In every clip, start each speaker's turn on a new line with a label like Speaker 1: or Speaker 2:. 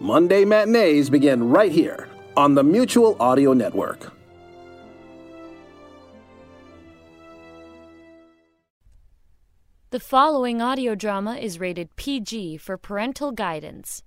Speaker 1: Monday matinees begin right here on the Mutual Audio Network.
Speaker 2: The following audio drama is rated PG for parental guidance.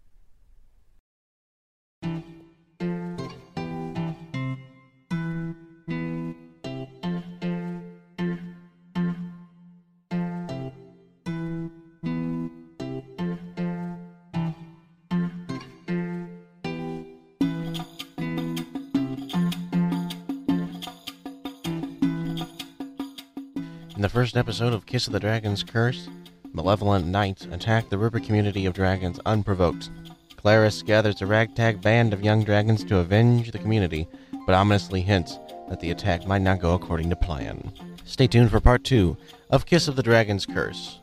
Speaker 3: In the first episode of Kiss of the Dragon's Curse, malevolent knights attack the river community of dragons unprovoked. Claris gathers a ragtag band of young dragons to avenge the community, but ominously hints that the attack might not go according to plan. Stay tuned for part 2 of Kiss of the Dragon's Curse.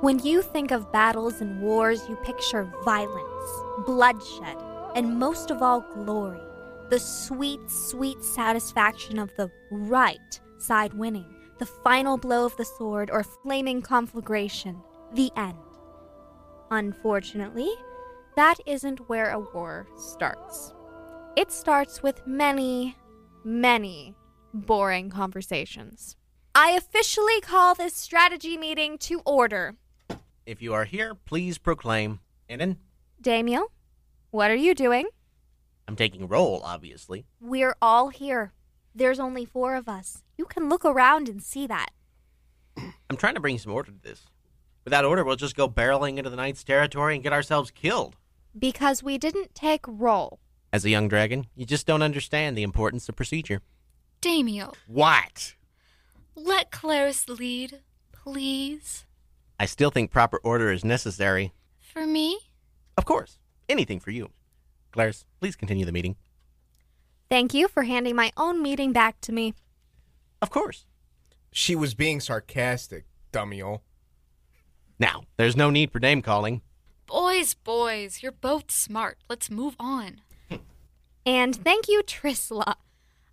Speaker 4: When you think of battles and wars, you picture violence, bloodshed, and most of all, glory. The sweet, sweet satisfaction of the right side winning, the final blow of the sword or flaming conflagration, the end. Unfortunately, that isn't where a war starts. It starts with many, many boring conversations. I officially call this strategy meeting to order.
Speaker 3: If you are here, please proclaim. Enon,
Speaker 4: Damiel, what are you doing?
Speaker 3: I'm taking roll, obviously.
Speaker 4: We're all here. There's only four of us. You can look around and see that.
Speaker 3: I'm trying to bring some order to this. Without order, we'll just go barreling into the knight's territory and get ourselves killed.
Speaker 4: Because we didn't take roll.
Speaker 3: As a young dragon, you just don't understand the importance of procedure.
Speaker 5: Damio,
Speaker 3: What?
Speaker 5: let Claris lead, please.
Speaker 3: I still think proper order is necessary.
Speaker 5: For me?
Speaker 3: Of course. Anything for you. Clarice, please continue the meeting.
Speaker 4: Thank you for handing my own meeting back to me.
Speaker 3: Of course.
Speaker 6: She was being sarcastic, dummy-ole.
Speaker 3: Now, there's no need for name calling.
Speaker 5: Boys, boys, you're both smart. Let's move on.
Speaker 4: And thank you, Trisla.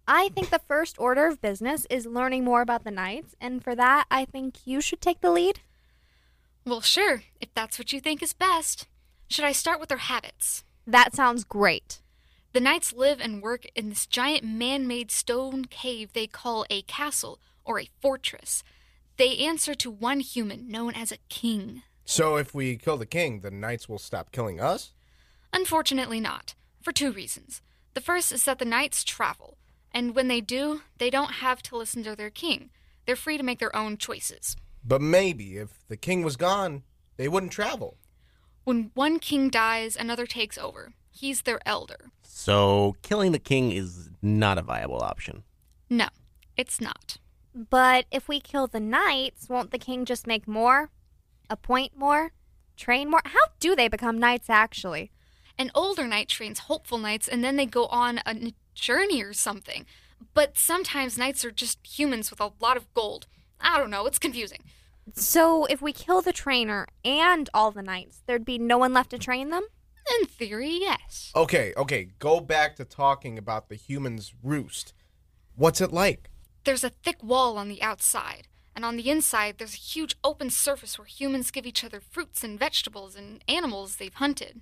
Speaker 4: I think the first order of business is learning more about the knights, and for that, I think you should take the lead.
Speaker 5: Well, sure, if that's what you think is best. Should I start with their habits?
Speaker 4: That sounds great.
Speaker 5: The knights live and work in this giant man made stone cave they call a castle or a fortress. They answer to one human known as a king.
Speaker 6: So if we kill the king, the knights will stop killing us?
Speaker 5: Unfortunately, not, for two reasons. The first is that the knights travel, and when they do, they don't have to listen to their king. They're free to make their own choices.
Speaker 6: But maybe if the king was gone, they wouldn't travel.
Speaker 5: When one king dies, another takes over. He's their elder.
Speaker 3: So, killing the king is not a viable option.
Speaker 5: No, it's not.
Speaker 4: But if we kill the knights, won't the king just make more? Appoint more? Train more? How do they become knights, actually?
Speaker 5: An older knight trains hopeful knights and then they go on a n- journey or something. But sometimes knights are just humans with a lot of gold. I don't know, it's confusing.
Speaker 4: So if we kill the trainer and all the knights, there'd be no one left to train them?
Speaker 5: In theory, yes.
Speaker 6: Okay, okay, go back to talking about the human's roost. What's it like?
Speaker 5: There's a thick wall on the outside, and on the inside, there's a huge open surface where humans give each other fruits and vegetables and animals they've hunted.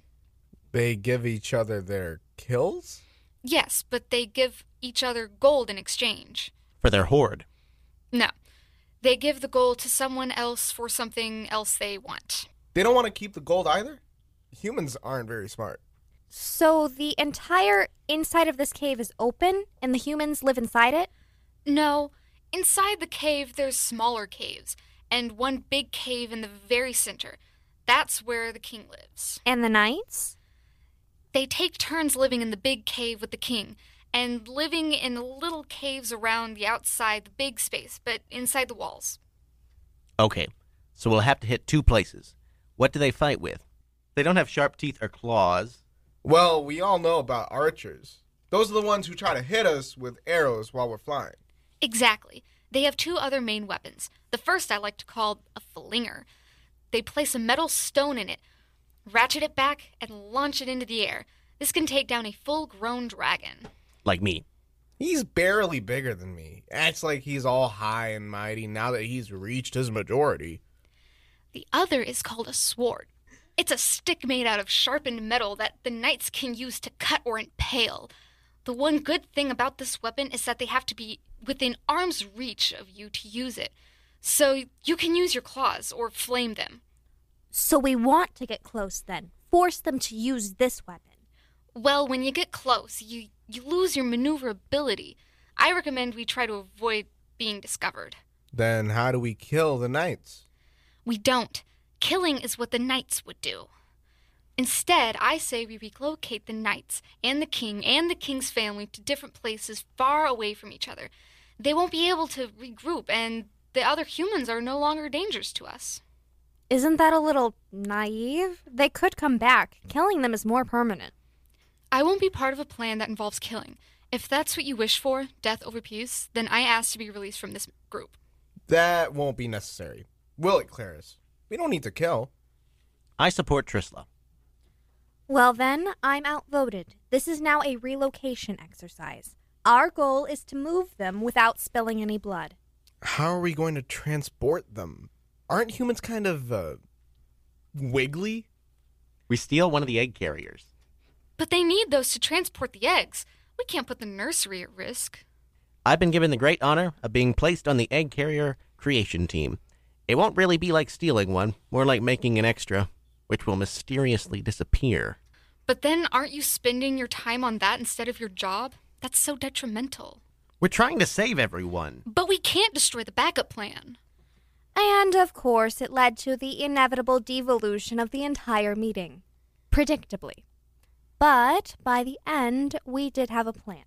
Speaker 6: They give each other their kills?
Speaker 5: Yes, but they give each other gold in exchange.
Speaker 3: For their hoard.
Speaker 5: No. They give the gold to someone else for something else they want.
Speaker 6: They don't want to keep the gold either? Humans aren't very smart.
Speaker 4: So the entire inside of this cave is open and the humans live inside it?
Speaker 5: No, inside the cave there's smaller caves, and one big cave in the very center. That's where the king lives.
Speaker 4: And the knights?
Speaker 5: They take turns living in the big cave with the king, and living in the little caves around the outside the big space, but inside the walls.
Speaker 3: Okay, so we'll have to hit two places. What do they fight with? They don't have sharp teeth or claws.
Speaker 6: Well, we all know about archers. Those are the ones who try to hit us with arrows while we're flying.
Speaker 5: Exactly. They have two other main weapons. The first I like to call a flinger. They place a metal stone in it, ratchet it back, and launch it into the air. This can take down a full grown dragon.
Speaker 3: Like me.
Speaker 6: He's barely bigger than me. Acts like he's all high and mighty now that he's reached his majority.
Speaker 5: The other is called a sword. It's a stick made out of sharpened metal that the knights can use to cut or impale. The one good thing about this weapon is that they have to be within arm's reach of you to use it. So you can use your claws or flame them.
Speaker 4: So we want to get close then. Force them to use this weapon.
Speaker 5: Well, when you get close, you, you lose your maneuverability. I recommend we try to avoid being discovered.
Speaker 6: Then how do we kill the knights?
Speaker 5: We don't. Killing is what the knights would do. Instead, I say we relocate the knights and the king and the king's family to different places far away from each other. They won't be able to regroup, and the other humans are no longer dangers to us.
Speaker 4: Isn't that a little naive? They could come back. Killing them is more permanent.
Speaker 5: I won't be part of a plan that involves killing. If that's what you wish for, death over peace, then I ask to be released from this group.
Speaker 6: That won't be necessary. Will it, Clarice? We don't need to kill.
Speaker 3: I support Trisla.
Speaker 4: Well, then, I'm outvoted. This is now a relocation exercise. Our goal is to move them without spilling any blood.
Speaker 6: How are we going to transport them? Aren't humans kind of uh, wiggly?
Speaker 3: We steal one of the egg carriers.
Speaker 5: But they need those to transport the eggs. We can't put the nursery at risk.
Speaker 3: I've been given the great honor of being placed on the egg carrier creation team. It won't really be like stealing one, more like making an extra, which will mysteriously disappear.
Speaker 5: But then aren't you spending your time on that instead of your job? That's so detrimental.
Speaker 3: We're trying to save everyone.
Speaker 5: But we can't destroy the backup plan.
Speaker 4: And, of course, it led to the inevitable devolution of the entire meeting. Predictably. But by the end, we did have a plan.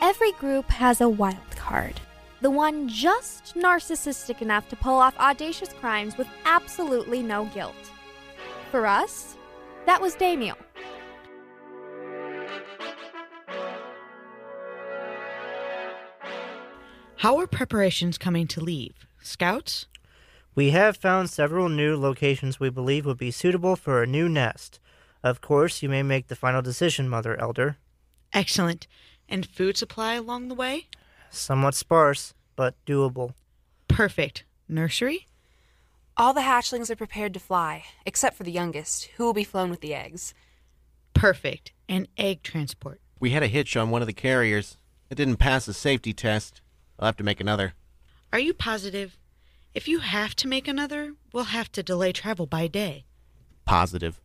Speaker 4: Every group has a wild card. The one just narcissistic enough to pull off audacious crimes with absolutely no guilt. For us, that was Damiel.
Speaker 7: How are preparations coming to leave? Scouts?
Speaker 8: We have found several new locations we believe would be suitable for a new nest. Of course, you may make the final decision, Mother Elder.
Speaker 7: Excellent. And food supply along the way?
Speaker 8: Somewhat sparse, but doable.
Speaker 7: Perfect. Nursery?
Speaker 9: All the hatchlings are prepared to fly, except for the youngest, who will be flown with the eggs.
Speaker 7: Perfect. And egg transport.
Speaker 3: We had a hitch on one of the carriers. It didn't pass the safety test. I'll have to make another.
Speaker 7: Are you positive? If you have to make another, we'll have to delay travel by a day.
Speaker 3: Positive.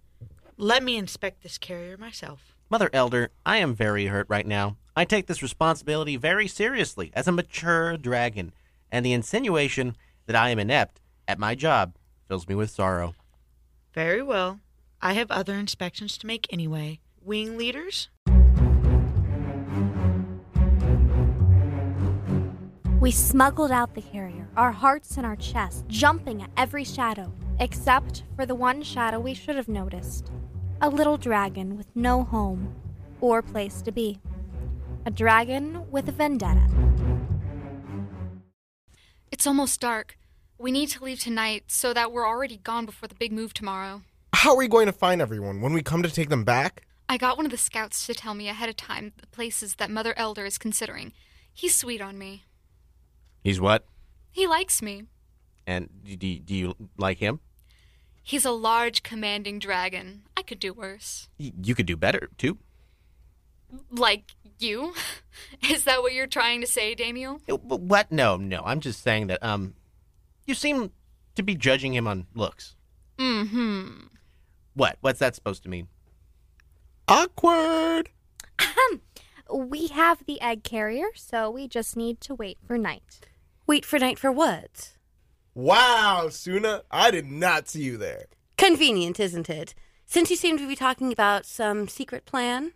Speaker 7: Let me inspect this carrier myself.
Speaker 3: Mother Elder, I am very hurt right now. I take this responsibility very seriously as a mature dragon, and the insinuation that I am inept at my job fills me with sorrow.
Speaker 7: Very well. I have other inspections to make anyway. Wing leaders?
Speaker 4: We smuggled out the carrier, our hearts in our chest, jumping at every shadow, except for the one shadow we should have noticed a little dragon with no home or place to be. A dragon with a vendetta.
Speaker 5: It's almost dark. We need to leave tonight so that we're already gone before the big move tomorrow.
Speaker 6: How are we going to find everyone when we come to take them back?
Speaker 5: I got one of the scouts to tell me ahead of time the places that Mother Elder is considering. He's sweet on me.
Speaker 3: He's what?
Speaker 5: He likes me.
Speaker 3: And do, do, do you like him?
Speaker 5: He's a large, commanding dragon. I could do worse.
Speaker 3: Y- You could do better, too.
Speaker 5: Like you? Is that what you're trying to say, Damiel?
Speaker 3: Uh, wh- What? No, no. I'm just saying that, um, you seem to be judging him on looks.
Speaker 5: Mm hmm.
Speaker 3: What? What's that supposed to mean?
Speaker 6: Awkward.
Speaker 4: We have the egg carrier, so we just need to wait for night.
Speaker 2: Wait for night for what?
Speaker 6: Wow, Suna, I did not see you there.
Speaker 2: Convenient, isn't it? Since you seem to be talking about some secret plan.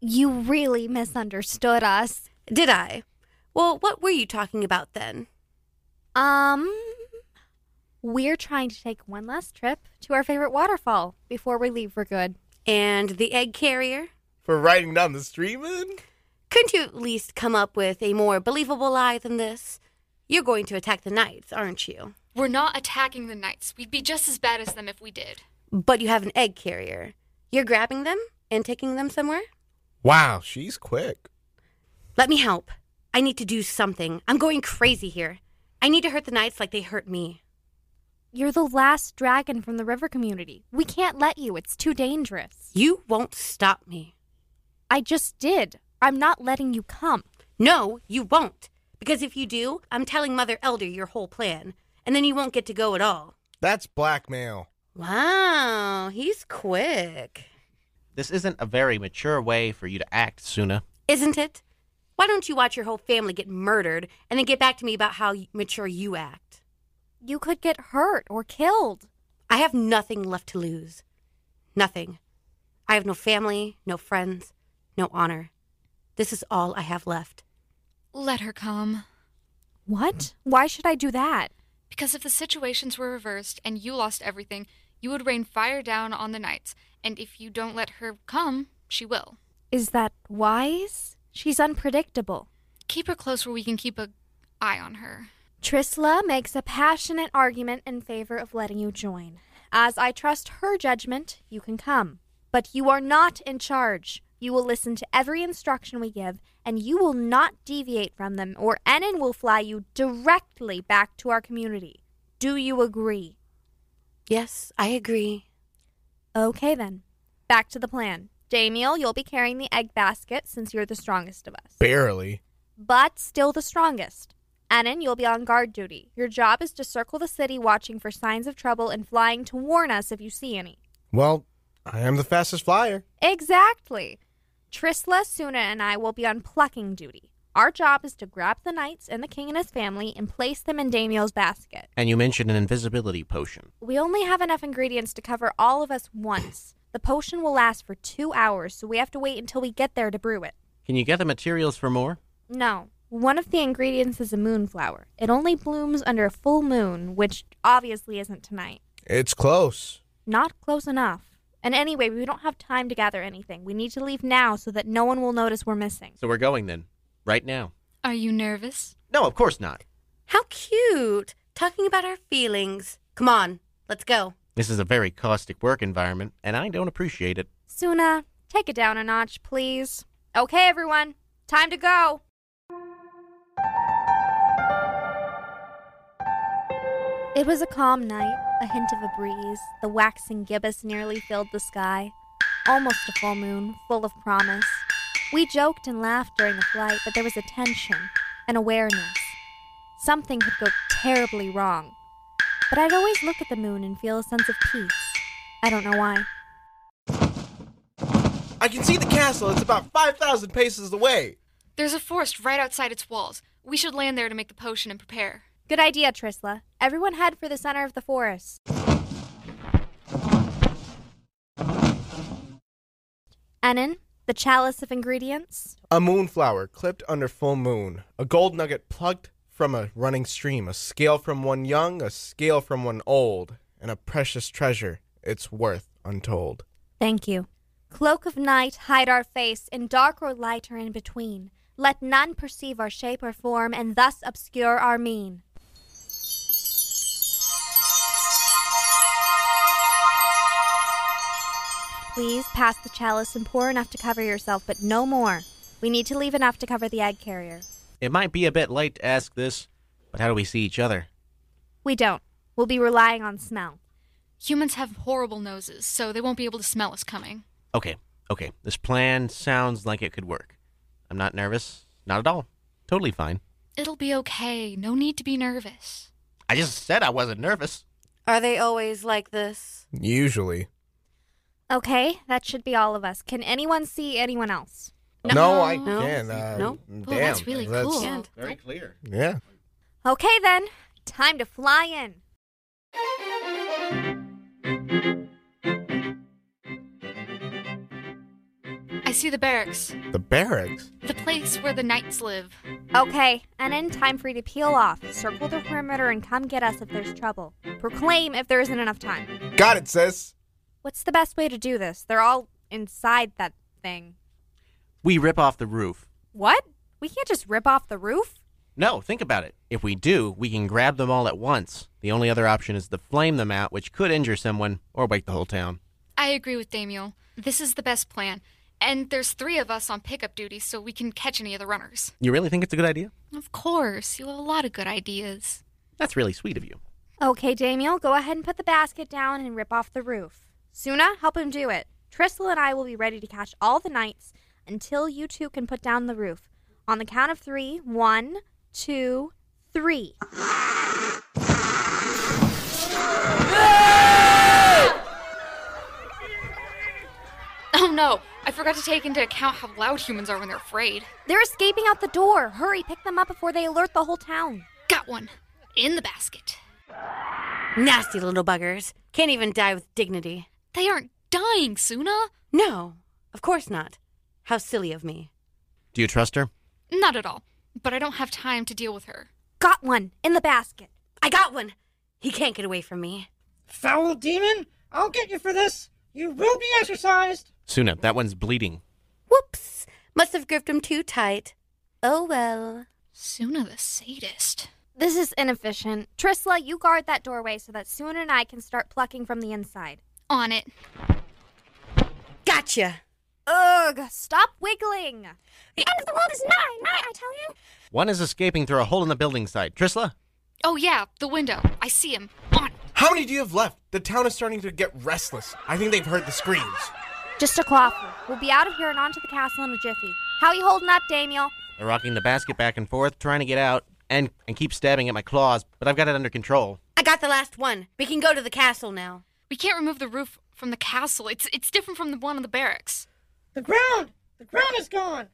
Speaker 4: You really misunderstood us.
Speaker 2: Did I? Well, what were you talking about then?
Speaker 4: Um, we're trying to take one last trip to our favorite waterfall before we leave for good.
Speaker 2: And the egg carrier?
Speaker 6: For riding down the stream in?
Speaker 2: Couldn't you at least come up with a more believable lie than this? You're going to attack the knights, aren't you?
Speaker 5: We're not attacking the knights. We'd be just as bad as them if we did.
Speaker 2: But you have an egg carrier. You're grabbing them and taking them somewhere?
Speaker 6: Wow, she's quick.
Speaker 2: Let me help. I need to do something. I'm going crazy here. I need to hurt the knights like they hurt me.
Speaker 4: You're the last dragon from the river community. We can't let you, it's too dangerous.
Speaker 2: You won't stop me.
Speaker 4: I just did. I'm not letting you come.
Speaker 2: No, you won't. Because if you do, I'm telling Mother Elder your whole plan, and then you won't get to go at all.
Speaker 6: That's blackmail.
Speaker 2: Wow, he's quick.
Speaker 3: This isn't a very mature way for you to act, Suna.
Speaker 2: Isn't it? Why don't you watch your whole family get murdered and then get back to me about how mature you act?
Speaker 4: You could get hurt or killed.
Speaker 2: I have nothing left to lose. Nothing. I have no family, no friends, no honor. This is all I have left.
Speaker 5: Let her come.
Speaker 4: What? Why should I do that?
Speaker 5: Because if the situations were reversed and you lost everything, you would rain fire down on the knights, and if you don't let her come, she will.
Speaker 4: Is that wise? She's unpredictable.
Speaker 5: Keep her close where we can keep a eye on her.
Speaker 4: Trisla makes a passionate argument in favor of letting you join. As I trust her judgment, you can come. But you are not in charge. You will listen to every instruction we give, and you will not deviate from them, or Enon will fly you directly back to our community. Do you agree?
Speaker 2: Yes, I agree.
Speaker 4: Okay, then. Back to the plan. Damiel, you'll be carrying the egg basket since you're the strongest of us,
Speaker 6: Barely.
Speaker 4: but still the strongest. Enon, you'll be on guard duty. Your job is to circle the city watching for signs of trouble and flying to warn us if you see any.
Speaker 6: Well, I am the fastest flyer.
Speaker 4: Exactly. Trisla, Suna, and I will be on plucking duty. Our job is to grab the knights and the king and his family and place them in Damiel's basket.
Speaker 3: And you mentioned an invisibility potion.
Speaker 4: We only have enough ingredients to cover all of us once. The potion will last for two hours, so we have to wait until we get there to brew it.
Speaker 3: Can you get the materials for more?
Speaker 4: No, one of the ingredients is a moonflower. It only blooms under a full moon, which obviously isn't tonight.
Speaker 6: It's close.
Speaker 4: Not close enough. And anyway, we don't have time to gather anything. We need to leave now so that no one will notice we're missing.
Speaker 3: So we're going then, right now.
Speaker 5: Are you nervous?
Speaker 3: No, of course not.
Speaker 2: How cute! Talking about our feelings. Come on, let's go.
Speaker 3: This is a very caustic work environment, and I don't appreciate it.
Speaker 4: Suna, take it down a notch, please. Okay, everyone, time to go. It was a calm night, a hint of a breeze. The waxing gibbous nearly filled the sky. Almost a full moon, full of promise. We joked and laughed during the flight, but there was a tension, an awareness. Something could go terribly wrong. But I'd always look at the moon and feel a sense of peace. I don't know why.
Speaker 6: I can see the castle. It's about 5,000 paces away.
Speaker 5: There's a forest right outside its walls. We should land there to make the potion and prepare.
Speaker 4: Good idea, Trisla. Everyone head for the center of the forest. Enon, the chalice of ingredients.
Speaker 6: A moonflower clipped under full moon. A gold nugget plucked from a running stream. A scale from one young, a scale from one old. And a precious treasure. Its worth untold.
Speaker 4: Thank you. Cloak of night, hide our face, in dark or light or in between. Let none perceive our shape or form, and thus obscure our mien. Please pass the chalice and pour enough to cover yourself, but no more. We need to leave enough to cover the egg carrier.
Speaker 3: It might be a bit late to ask this, but how do we see each other?
Speaker 4: We don't. We'll be relying on smell.
Speaker 5: Humans have horrible noses, so they won't be able to smell us coming.
Speaker 3: Okay, okay. This plan sounds like it could work. I'm not nervous. Not at all. Totally fine.
Speaker 5: It'll be okay. No need to be nervous.
Speaker 3: I just said I wasn't nervous.
Speaker 2: Are they always like this?
Speaker 6: Usually.
Speaker 4: Okay, that should be all of us. Can anyone see anyone else?
Speaker 6: No, I can't. Uh, Damn.
Speaker 10: Very clear.
Speaker 6: Yeah.
Speaker 4: Okay, then. Time to fly in.
Speaker 5: I see the barracks,
Speaker 6: The barracks.
Speaker 5: the place where the knights live.
Speaker 4: Okay, and in time for you to peel off, circle the perimeter, and come get us if there's trouble. Proclaim if there isn't enough time.
Speaker 6: Got it, sis.
Speaker 4: What's the best way to do this? They're all inside that thing.
Speaker 3: We rip off the roof.
Speaker 4: What? We can't just rip off the roof?
Speaker 3: No, think about it. If we do, we can grab them all at once. The only other option is to flame them out, which could injure someone or wake the whole town.
Speaker 5: I agree with Damiel. This is the best plan. And there's three of us on pickup duty, so we can catch any of the runners.
Speaker 3: You really think it's a good idea?
Speaker 5: Of course, you have a lot of good ideas.
Speaker 3: That's really sweet of you.
Speaker 4: Okay, Damiel, go ahead and put the basket down and rip off the roof. Suna, help him do it. Tristle and I will be ready to catch all the knights until you two can put down the roof. On the count of three, one, two, three.
Speaker 5: Oh no, I forgot to take into account how loud humans are when they're afraid.
Speaker 4: They're escaping out the door. Hurry, pick them up before they alert the whole town.
Speaker 5: Got one. In the basket.
Speaker 2: Nasty little buggers. Can't even die with dignity.
Speaker 5: They aren't dying, Suna.
Speaker 2: No, of course not. How silly of me.
Speaker 3: Do you trust her?
Speaker 5: Not at all. But I don't have time to deal with her.
Speaker 4: Got one in the basket.
Speaker 2: I got one. He can't get away from me.
Speaker 11: Foul demon, I'll get you for this. You will be exercised.
Speaker 3: Suna, that one's bleeding.
Speaker 2: Whoops. Must have gripped him too tight. Oh well.
Speaker 5: Suna the sadist.
Speaker 4: This is inefficient. Trisla, you guard that doorway so that Suna and I can start plucking from the inside.
Speaker 5: On it.
Speaker 2: Gotcha.
Speaker 4: Ugh, stop wiggling.
Speaker 11: The end of the world is nigh, nigh, I tell you.
Speaker 3: One is escaping through a hole in the building side. Trisla?
Speaker 5: Oh yeah, the window. I see him.
Speaker 6: How many do you have left? The town is starting to get restless. I think they've heard the screams.
Speaker 4: Just a clawful. We'll be out of here and onto the castle in a jiffy. How you holding up, Damiel?
Speaker 3: They're rocking the basket back and forth, trying to get out, and, and keep stabbing at my claws, but I've got it under control.
Speaker 2: I got the last one. We can go to the castle now.
Speaker 5: We can't remove the roof from the castle. It's it's different from the one in the barracks.
Speaker 11: The ground, the ground is gone.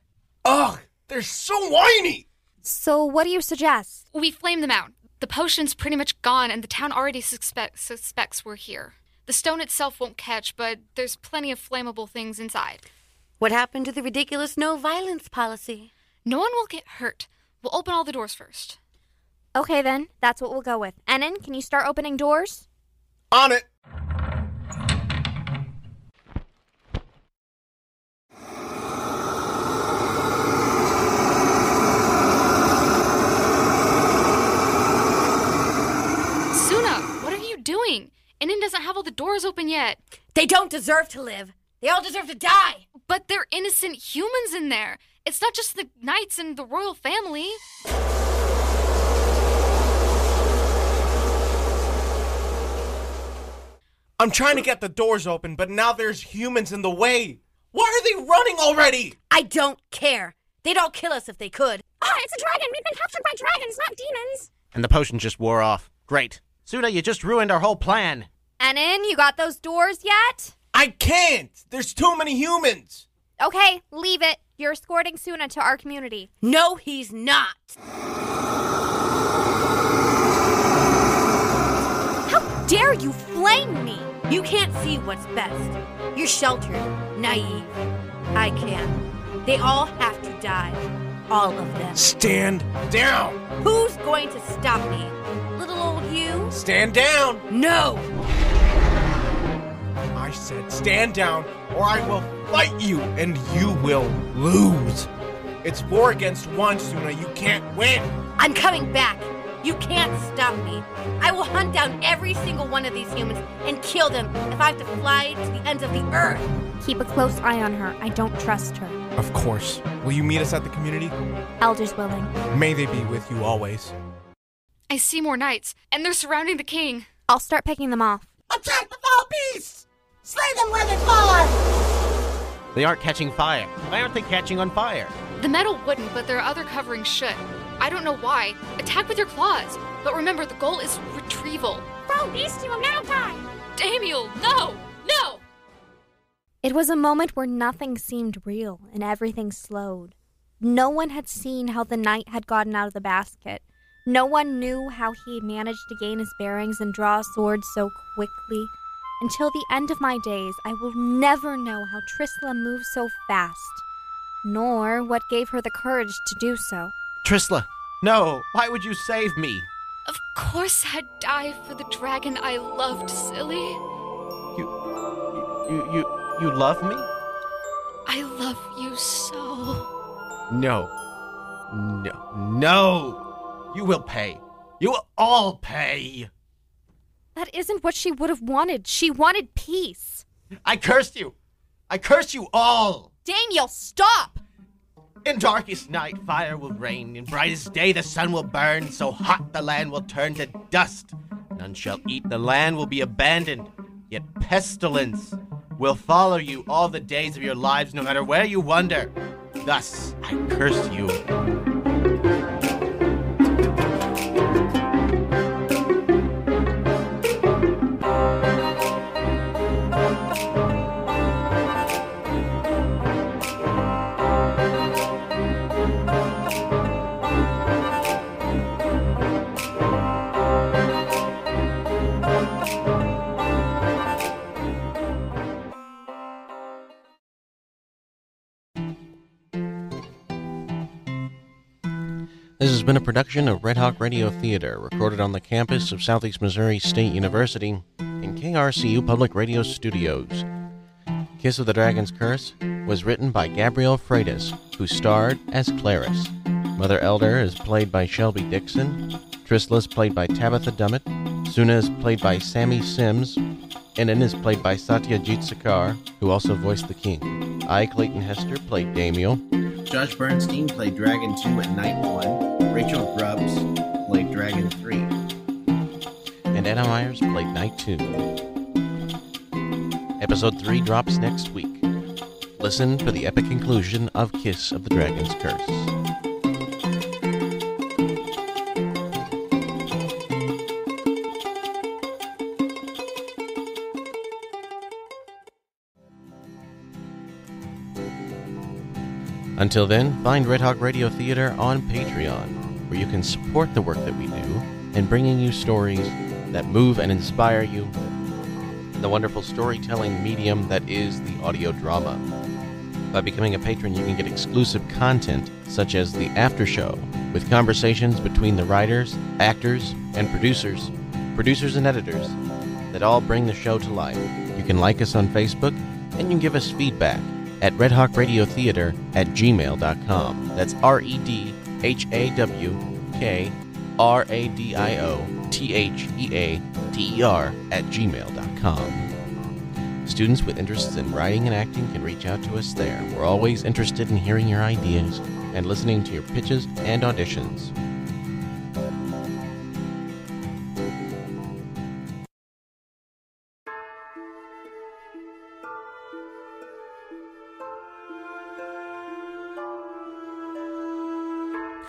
Speaker 6: Ugh, they're so whiny.
Speaker 4: So, what do you suggest?
Speaker 5: We flame them out. The potion's pretty much gone, and the town already suspect, suspects we're here. The stone itself won't catch, but there's plenty of flammable things inside.
Speaker 2: What happened to the ridiculous no violence policy?
Speaker 5: No one will get hurt. We'll open all the doors first.
Speaker 4: Okay, then, that's what we'll go with. Enon, can you start opening doors?
Speaker 6: On it.
Speaker 5: Suna, what are you doing? Inan doesn't have all the doors open yet.
Speaker 2: They don't deserve to live. They all deserve to die.
Speaker 5: But they're innocent humans in there. It's not just the knights and the royal family.
Speaker 6: I'm trying to get the doors open, but now there's humans in the way. Why are they running already?
Speaker 2: I don't care. They'd all kill us if they could.
Speaker 4: Ah,
Speaker 11: Oh, it's a dragon. We've been captured by dragons, not demons.
Speaker 3: And the potion just wore off. Great. Suna, you just ruined our whole plan.
Speaker 4: Enon, you got those doors yet?
Speaker 6: I can't. There's too many humans.
Speaker 4: Okay, leave it. You're escorting Suna to our community.
Speaker 2: No, he's not.
Speaker 4: How dare you flame me?
Speaker 2: You can't see what's best. You're sheltered, naive. I can. They all have to die. All of them.
Speaker 6: Stand down.
Speaker 2: Who's going to stop me? Little old you?
Speaker 6: Stand down.
Speaker 2: No!
Speaker 6: I said stand down, or I will fight you, and you will lose. It's four against one, Suna. You can't win.
Speaker 2: I'm coming back. You can't stop me. I will hunt down every single one of these humans and kill them if I have to fly to the ends of the earth.
Speaker 4: Keep a close eye on her. I don't trust her.
Speaker 6: Of course. Will you meet us at the community?
Speaker 4: Elders willing.
Speaker 6: May they be with you always.
Speaker 5: I see more knights, and they're surrounding the king.
Speaker 4: I'll start picking them off.
Speaker 11: Attack the foul beasts. Slay them where they fall.
Speaker 3: They aren't catching fire. Why aren't they catching on fire?
Speaker 5: The metal wouldn't, but their other covering should. I don't know why. Attack with your claws. But remember, the goal is retrieval. Throw these two now die! Damiel, no! No!
Speaker 4: It was a moment where nothing seemed real and everything slowed. No one had seen how the knight had gotten out of the basket. No one knew how he had managed to gain his bearings and draw a sword so quickly. Until the end of my days, I will never know how Tristla moved so fast, nor what gave her the courage to do so.
Speaker 12: Trisla, no! Why would you save me?
Speaker 5: Of course I'd die for the dragon I loved, silly.
Speaker 12: You, you, you love me?
Speaker 5: I love you so.
Speaker 12: No. No. No! You will pay. You will all pay!
Speaker 4: That isn't what she would have wanted. She wanted peace.
Speaker 12: I cursed you! I curse you all!
Speaker 4: Daniel, stop!
Speaker 12: In darkest night, fire will rain. In brightest day, the sun will burn. So hot, the land will turn to dust. None shall eat. The land will be abandoned. Yet pestilence will follow you all the days of your lives, no matter where you wander. Thus, I curse you.
Speaker 3: This has been a production of Red Hawk Radio Theater, recorded on the campus of Southeast Missouri State University in KRCU Public Radio Studios. Kiss of the Dragon's Curse was written by Gabrielle Freitas, who starred as Clarice. Mother Elder is played by Shelby Dixon, Tristla is played by Tabitha Dummett, Suna is played by Sammy Sims, Enan is played by Satyajit Sarkar, who also voiced the king. I, Clayton Hester, played Damiel.
Speaker 13: Josh Bernstein played Dragon 2 at Night 1. Rachel Grubbs played Dragon 3.
Speaker 3: and Anna Myers played Night 2. Episode 3 drops next week. Listen for the epic conclusion of Kiss of the Dragon's Curse. Until then, find Red Hawk Radio Theater on Patreon, where you can support the work that we do in bringing you stories that move and inspire you, the wonderful storytelling medium that is the audio drama. By becoming a patron, you can get exclusive content such as the after show, with conversations between the writers, actors, and producers, producers and editors, that all bring the show to life. You can like us on Facebook, and you can give us feedback at Red Hawk Radio Theater at gmail.com. That's R E D H A W K R A D I O T H E A T E R at gmail.com. Students with interests in writing and acting can reach out to us there. We're always interested in hearing your ideas and listening to your pitches and auditions.